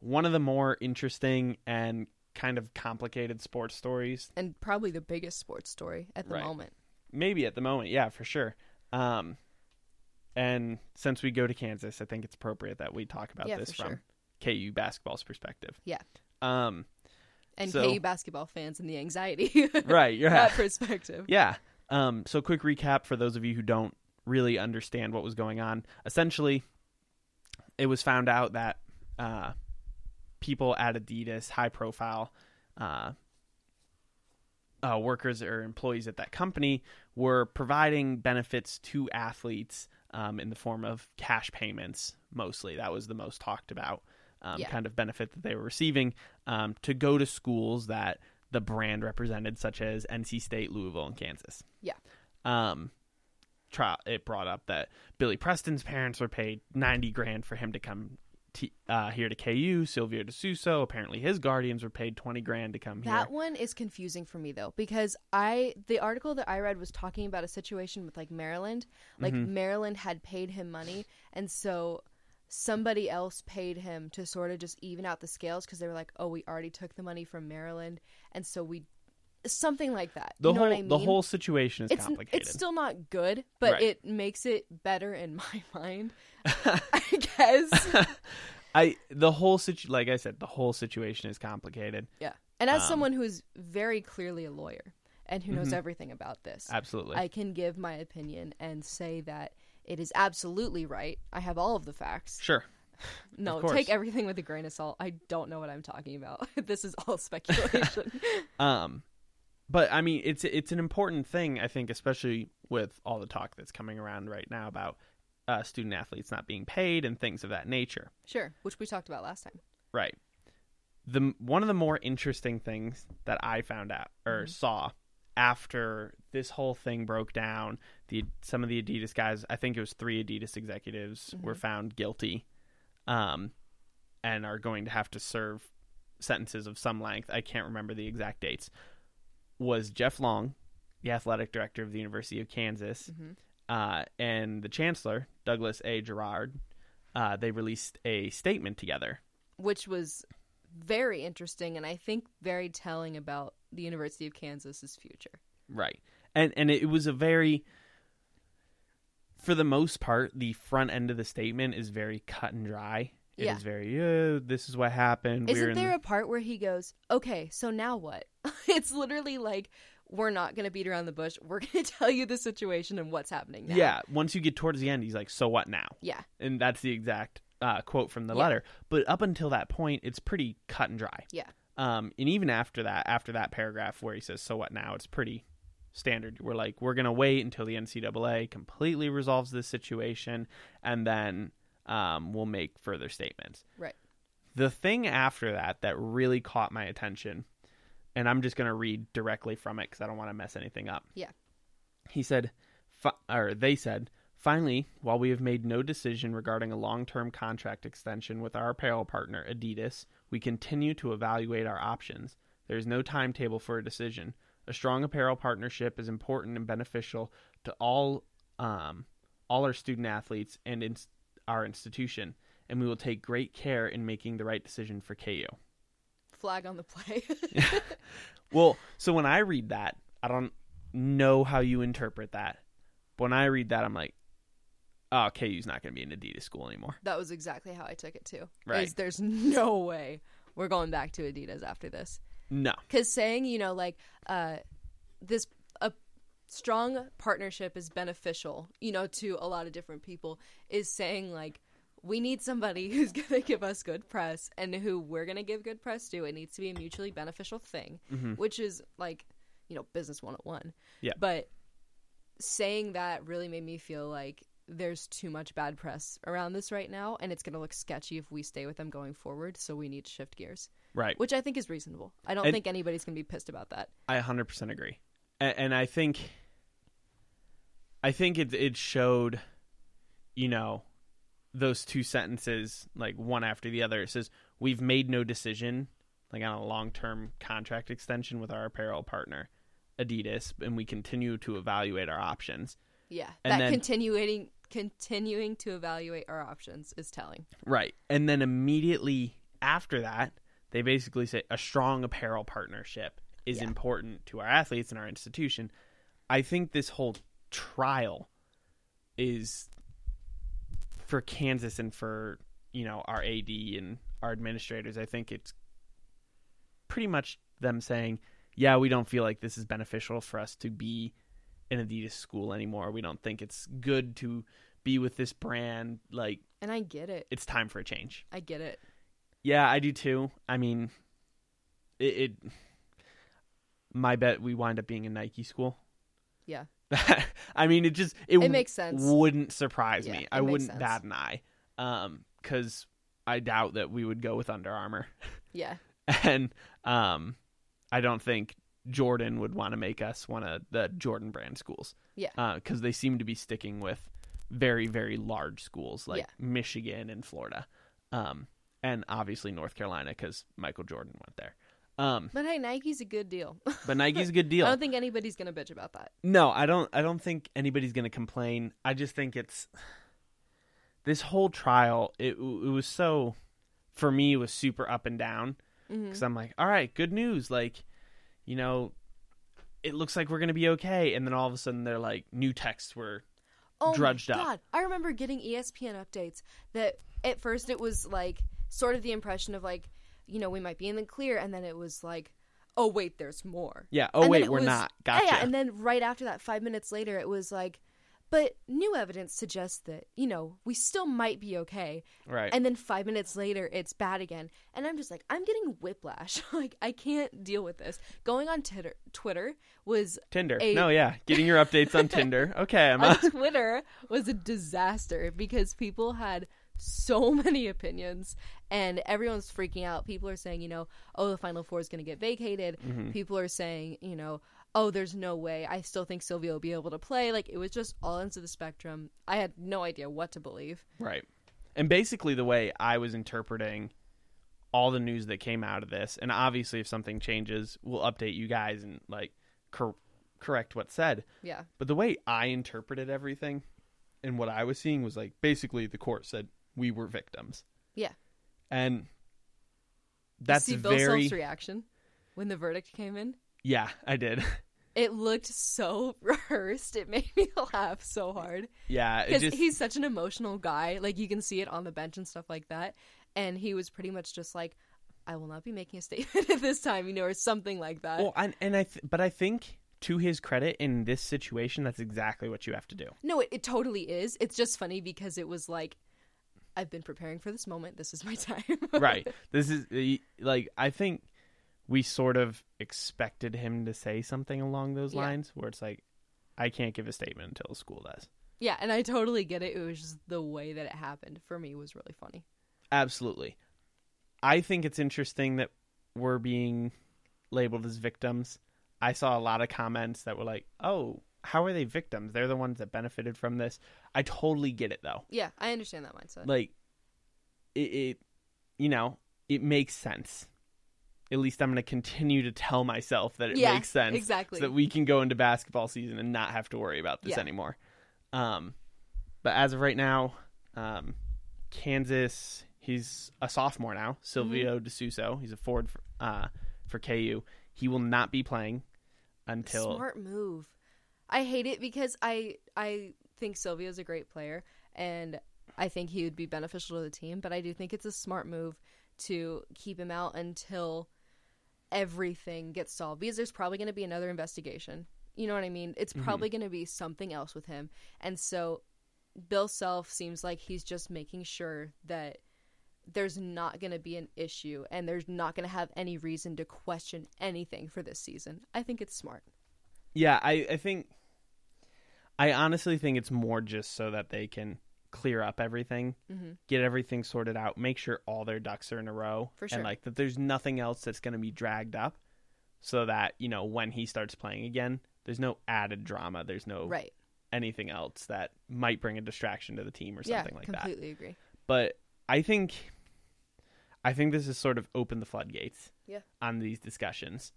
A: one of the more interesting and kind of complicated sports stories
B: and probably the biggest sports story at the
A: Right.
B: moment.
A: maybe at the moment yeah for sure um and since we go to kansas i think it's appropriate that we talk about
B: Yeah,
A: this
B: for
A: from
B: sure.
A: ku basketball's perspective
B: Yeah.
A: um
B: And
A: So-
B: KU basketball fans and the anxiety.
A: right you're
B: that perspective.
A: Yeah. Um, so, quick recap for those of you who don't really understand what was going on. Essentially, it was found out that uh, people at Adidas, high profile uh, uh, workers or employees at that company, were providing benefits to athletes um, in the form of cash payments mostly. That was the most talked about um,
B: Yeah.
A: kind of benefit that they were receiving um, to go to schools that the brand represented, such as NC State, Louisville, and Kansas.
B: Yeah.
A: Um, try, it brought up that Billy Preston's parents were paid ninety grand for him to come t- uh, here to KU. Silvio DeSuso, apparently his guardians were paid twenty grand to come
B: That
A: here.
B: one is confusing for me though because I the article that I read was talking about a situation with like Maryland, like
A: Mm-hmm.
B: Maryland had paid him money and so somebody else paid him to sort of just even out the scales because they were like, "Oh, we already took the money from Maryland and so we something like that."
A: The
B: you know
A: whole
B: what I mean?
A: the whole situation is
B: it's,
A: complicated.
B: it's still not good, but
A: Right.
B: it makes it better in my mind. I guess.
A: I the whole situ- like I said, the whole situation is complicated.
B: Yeah. And as
A: Um, Mm-hmm.
B: someone who is very clearly a lawyer and who knows everything about this,
A: Absolutely.
B: I can give my opinion and say that it is absolutely right. I have all of the facts.
A: sure.
B: No,
A: course.
B: take everything with a grain of salt. I don't know what I'm talking about. this is all speculation.
A: Um, but I mean, it's it's an important thing, I think, especially with all the talk that's coming around right now about uh, student athletes not being paid and things of that nature.
B: sure, which we talked about last time.
A: Right. The one of the more interesting things that I found out or saw after this whole thing broke down, the some of the Adidas guys, I think it was three Adidas executives, were found guilty, um, and are going to have to serve sentences of some length. I can't remember the exact dates. Was Jeff Long, the athletic director of the University of Kansas, uh, and the chancellor Douglas A. Gerard? Uh, they released a statement together.
B: Which was very interesting and I think very telling about the University of Kansas's future.
A: Right. And and it was a very for the most part, the front end of the statement is very cut and dry. It is
B: Yeah.
A: very, oh, this is what happened.
B: Isn't
A: in
B: there
A: the-"
B: a part where he goes, "Okay, so now what?" it's literally like we're not going to beat around the bush. We're going to tell you the situation and what's happening now.
A: Yeah. Once you get towards the end, he's like, so what now?
B: Yeah.
A: And that's the exact uh, quote from the
B: Yeah.
A: letter. But up until that point, it's pretty cut and dry.
B: Yeah.
A: Um, and even after that, after that paragraph where he says, so what now, it's pretty standard. We're like, we're going to wait until the NCAA completely resolves this situation, and then um, we'll make further statements.
B: Right.
A: The thing after that that really caught my attention, and I'm just going to read directly from it because I don't want to mess anything up.
B: Yeah.
A: He said, fi- or they said, finally, while we have made no decision regarding a long term contract extension with our apparel partner, Adidas, we continue to evaluate our options. There is no timetable for a decision. A strong apparel partnership is important and beneficial to all um, all our student athletes and ins our institution, and we will take great care in making the right decision for KU.
B: Flag on the play.
A: Well, so when I read that, I don't know how you interpret that. But when I read that, I'm like, oh, KU's not going to be an Adidas school anymore.
B: that was exactly how I took it too.
A: Right.
B: Is there's no way we're going back to Adidas after this.
A: No.
B: Cuz saying, you know, like uh this a strong partnership is beneficial, you know, to a lot of different people is saying like we need somebody who's going to give us good press and who we're going to give good press to. It needs to be a mutually beneficial thing, which is like, you know, business 101.
A: Yeah.
B: But saying that really made me feel like there's too much bad press around this right now and it's going to look sketchy if we stay with them going forward, so we need to shift gears,
A: Right.
B: which I think is reasonable. I don't
A: And-
B: think anybody's going to be pissed about that.
A: I 100% agree. And, and I think I think it it showed you know those two sentences like one after the other. It says we've made no decision like on a long-term contract extension with our apparel partner Adidas and we continue to evaluate our options.
B: Yeah,
A: And
B: that
A: then-
B: continuing continuing to evaluate our options is telling.
A: Right. And then immediately after that, they basically say a strong apparel partnership is
B: Yeah.
A: important to our athletes and our institution. I think this whole trial is for Kansas and for, you know, our AD and our administrators. I think it's pretty much them saying, yeah, we don't feel like this is beneficial for us to be an Adidas school anymore. We don't think it's good to be with this brand. Like,
B: And I get it.
A: it's time for a change.
B: I get it.
A: Yeah, I do too. I mean, it. it my bet we wind up being a Nike school.
B: Yeah.
A: I mean, it just it,
B: It makes sense.
A: Wouldn't surprise
B: Yeah,
A: me.
B: it
A: I
B: makes
A: wouldn't
B: sense.
A: bat an eye, because I doubt that we would go with Under Armour,
B: Yeah.
A: and um, I don't think Jordan would want to make us one of the Jordan brand schools.
B: Yeah.
A: because they seem to be sticking with very very large schools like
B: Yeah.
A: Michigan and Florida, um, and obviously North Carolina because Michael Jordan went there. Um,
B: But hey, Nike's a good deal.
A: but Nike's a good
B: I
A: deal.
B: don't think anybody's gonna bitch about that.
A: No, I don't. I don't think anybody's going to complain. I just think it's this whole trial. It it was so for me it was super up and down because I'm like, all right, good news. Like, you know, it looks like we're going to be okay, and then all of a sudden they're like, new texts were
B: Oh my
A: Drudged up.
B: God. I remember getting E ESPN updates that at first it was like sort of the impression of like, you know, we might be in the clear, and then it was like, oh wait, there's more.
A: yeah. Oh
B: And then
A: wait,
B: it
A: we're
B: was-
A: not.
B: Yeah,
A: Gotcha.
B: Yeah, and then right after that, five minutes later, it was like, but new evidence suggests that, you know, we still might be okay.
A: right.
B: And then five minutes later, it's bad again. And I'm just like, I'm getting whiplash. like, I can't deal with this. Going on Titter- Twitter was
A: Tinder.
B: a-
A: No, yeah. Getting your updates on Tinder. Okay, I'm
B: on
A: on.
B: Twitter was a disaster because people had so many opinions and everyone's freaking out. People are saying, you know, oh, the Final Four is going to get vacated.
A: Mm-hmm.
B: People are saying, you know, oh, there's no way. I still think Sylvia will be able to play. Like, it was just all into the spectrum. I had no idea what to believe.
A: Right. And basically, the way I was interpreting all the news that came out of this, and obviously, if something changes, we'll update you guys and like cor- correct what's said.
B: Yeah.
A: But the way I interpreted everything and what I was seeing was like basically the court said we were victims,
B: Yeah.
A: and that's
B: See Bill
A: very
B: Self's reaction when the verdict came in.
A: yeah. I did.
B: It looked so rehearsed. It made me laugh so hard.
A: yeah, it
B: because
A: just
B: he's such an emotional guy. Like you can see it on the bench and stuff like that. And he was pretty much just like, "I will not be making a statement at this time," you know, or something like that.
A: well, and, and I th- but I think to his credit in this situation, that's exactly what you have to do.
B: no, it, it totally is. It's just funny because it was like, "I've been preparing for this moment. This is my time."
A: right. This is the- like I think we sort of expected him to say something along those
B: Yeah.
A: lines, where it's like, I can't give a statement until the school does.
B: yeah, and I totally get it. It was just the way that it happened for me was really funny.
A: Absolutely. I think it's interesting that we're being labeled as victims. I saw a lot of comments that were like, "Oh, how are they victims? They're the ones that benefited from this." I totally get it though.
B: Yeah, I understand that mindset.
A: Like it, it you know, it makes sense. At least I'm going to continue to tell myself that it
B: yeah,
A: makes sense.
B: exactly.
A: so that we can go into basketball season and not have to worry about this
B: Yeah.
A: anymore. Um, but as of right now, um, Kansas, he's a sophomore now, Silvio
B: Mm-hmm.
A: DeSuso. He's a forward for, uh, for KU. He will not be playing until
B: smart move. I hate it because I I think Silvio's a great player and I think he would be beneficial to the team, but I do think it's a smart move to keep him out until everything gets solved because there's probably going to be another investigation. You know what I mean? It's probably going to be something else with him. And so Bill Self seems like he's just making sure that there's not going to be an issue and there's not going to have any reason to question anything for this season. I think it's smart.
A: Yeah, I, I think I honestly think it's more just so that they can clear up everything,
B: Mhm.
A: get everything sorted out, make sure all their ducks are in a row,
B: For
A: and
B: sure.
A: like that there's nothing else that's going to be dragged up, so that you know when he starts playing again, there's no added drama, there's no
B: Right.
A: anything else that might bring a distraction to the team or something
B: yeah,
A: like that
B: completely agree.
A: but I think I think this has sort of opened the floodgates
B: Yeah.
A: on these discussions.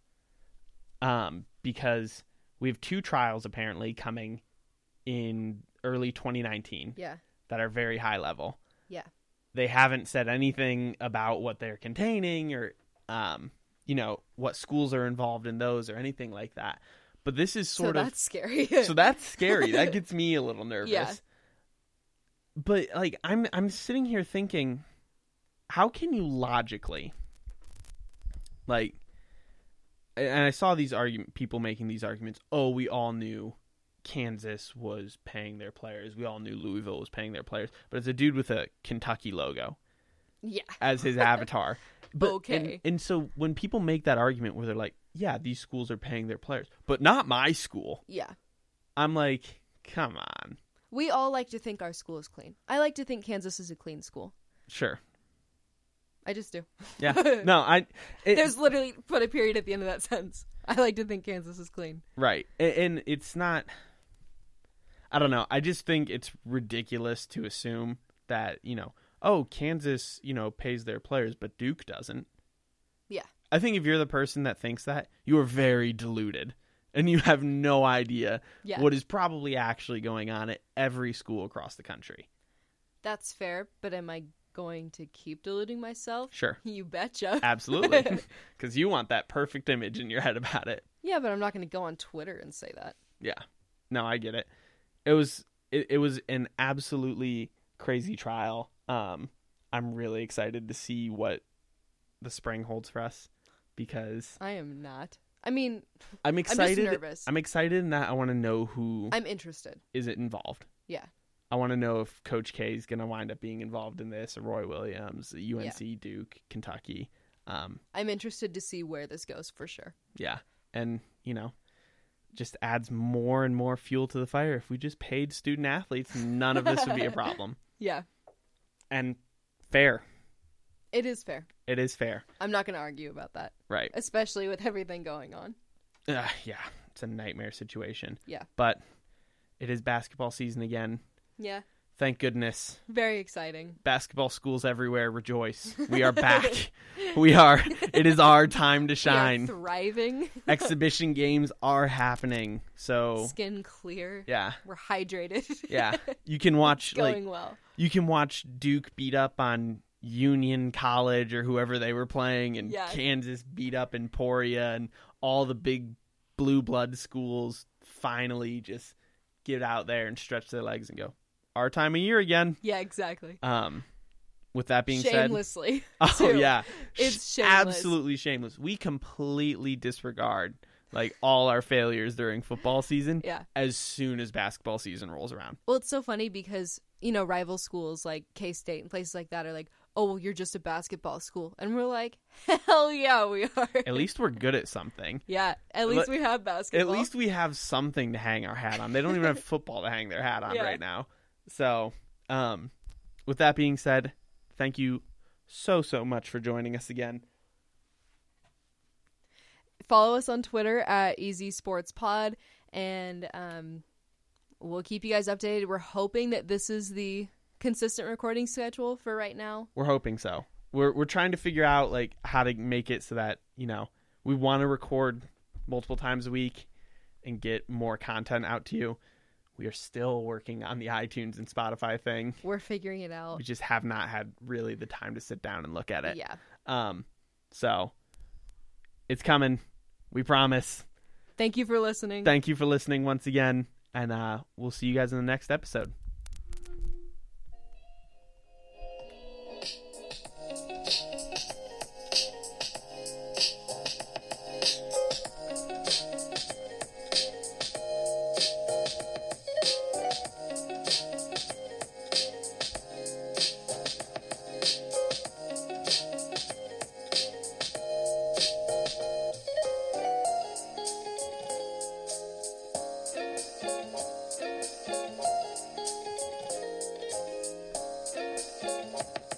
A: Um, because we have two trials apparently coming in early 2019
B: Yeah.
A: that are very high level.
B: Yeah.
A: They haven't said anything about what they're containing or um, you know, what schools are involved in those or anything like that. But this is sort
B: so
A: of
B: that's scary.
A: so that's scary. That gets me a little nervous.
B: Yeah.
A: But like I'm I'm sitting here thinking how can you logically like and I saw these argument people making these arguments, "Oh, we all knew Kansas was paying their players. We all knew Louisville was paying their players." But it's a dude with a Kentucky logo
B: yeah.
A: as his avatar. But,
B: Okay.
A: And, and so when people make that argument where they're like, "Yeah, these schools are paying their players, but not my school."
B: Yeah.
A: I'm like, "Come on."
B: We all like to think our school is clean. I like to think Kansas is a clean school.
A: Sure.
B: I just do.
A: Yeah. No, I. It,
B: There's literally put a period at the end of that sentence. I like to think Kansas is clean.
A: right, and, and it's not. I don't know. I just think it's ridiculous to assume that you know, oh, Kansas, you know, pays their players, but Duke doesn't.
B: Yeah.
A: I think if you're the person that thinks that, you are very deluded, and you have no idea
B: Yeah.
A: what is probably actually going on at every school across the country.
B: That's fair, but am I going to keep deluding myself?
A: Sure.
B: You betcha.
A: Absolutely, because you want that perfect image in your head about it.
B: yeah, but I'm not going to go on Twitter and say that.
A: Yeah. No, I get it. It was it, it was an absolutely crazy trial. Um I'm really excited to see what the spring holds for us because
B: I am not. I mean,
A: I'm
B: just
A: excited.
B: nervous.
A: I'm excited in that I want to know who
B: I'm interested.
A: is it involved.
B: Yeah.
A: I want to know if Coach K is going to wind up being involved in this, or Roy Williams, UNC, Duke, Kentucky. Um,
B: I'm interested to see where this goes for sure.
A: yeah, and you know, just adds more and more fuel to the fire. If we just paid student athletes, none of this would be a problem.
B: Yeah,
A: and fair.
B: it is fair.
A: It is fair,
B: I'm not going to argue about that,
A: right?
B: especially with everything going on.
A: Uh, yeah, it's a nightmare situation.
B: Yeah.
A: but it is basketball season again.
B: Yeah,
A: Thank goodness,
B: very exciting.
A: basketball schools everywhere rejoice. We are back. we are. It is our time to
B: We are
A: shine.
B: thriving,
A: Exhibition games are happening, so
B: skin clear.
A: Oh. yeah,
B: We're hydrated.
A: yeah. You can watch like
B: going well.
A: you can watch Duke beat up on Union College or whoever they were playing, and
B: Yeah.
A: Kansas beat up Emporia, and all the big blue blood schools finally just get out there and stretch their legs and go, our time of year again.
B: Yeah, exactly.
A: Um, with that being
B: Shamelessly.
A: said, oh
B: too.
A: yeah,
B: It's
A: Sh-
B: shameless.
A: absolutely shameless. We completely disregard like all our failures during football season
B: Yeah.
A: as soon as basketball season rolls around.
B: Well, it's so funny because, you know, rival schools like K State and places like that are like, oh, well, you're just a basketball school. And we're like, hell yeah, we are.
A: At least we're good at something.
B: yeah, at least we have
A: At
B: basketball.
A: least we have something to hang our hat on. They don't even have football to hang their hat on
B: Yeah.
A: right now. So, um, with that being said, thank you so so much for joining us again.
B: Follow us on Twitter at Easy Sports Pod. And um, we'll keep you guys updated. We're hoping that this is the consistent recording schedule for right now.
A: We're hoping so. We're we're trying to figure out like how to make it so that you know we want to record multiple times a week and get more content out to you. We are still working on the iTunes and Spotify thing.
B: We're figuring it out.
A: We just have not had really the time to sit down and look at it.
B: Yeah.
A: Um, so it's coming. We promise.
B: Thank you for listening.
A: Thank you for listening once again, and uh, we'll see you guys in the next episode.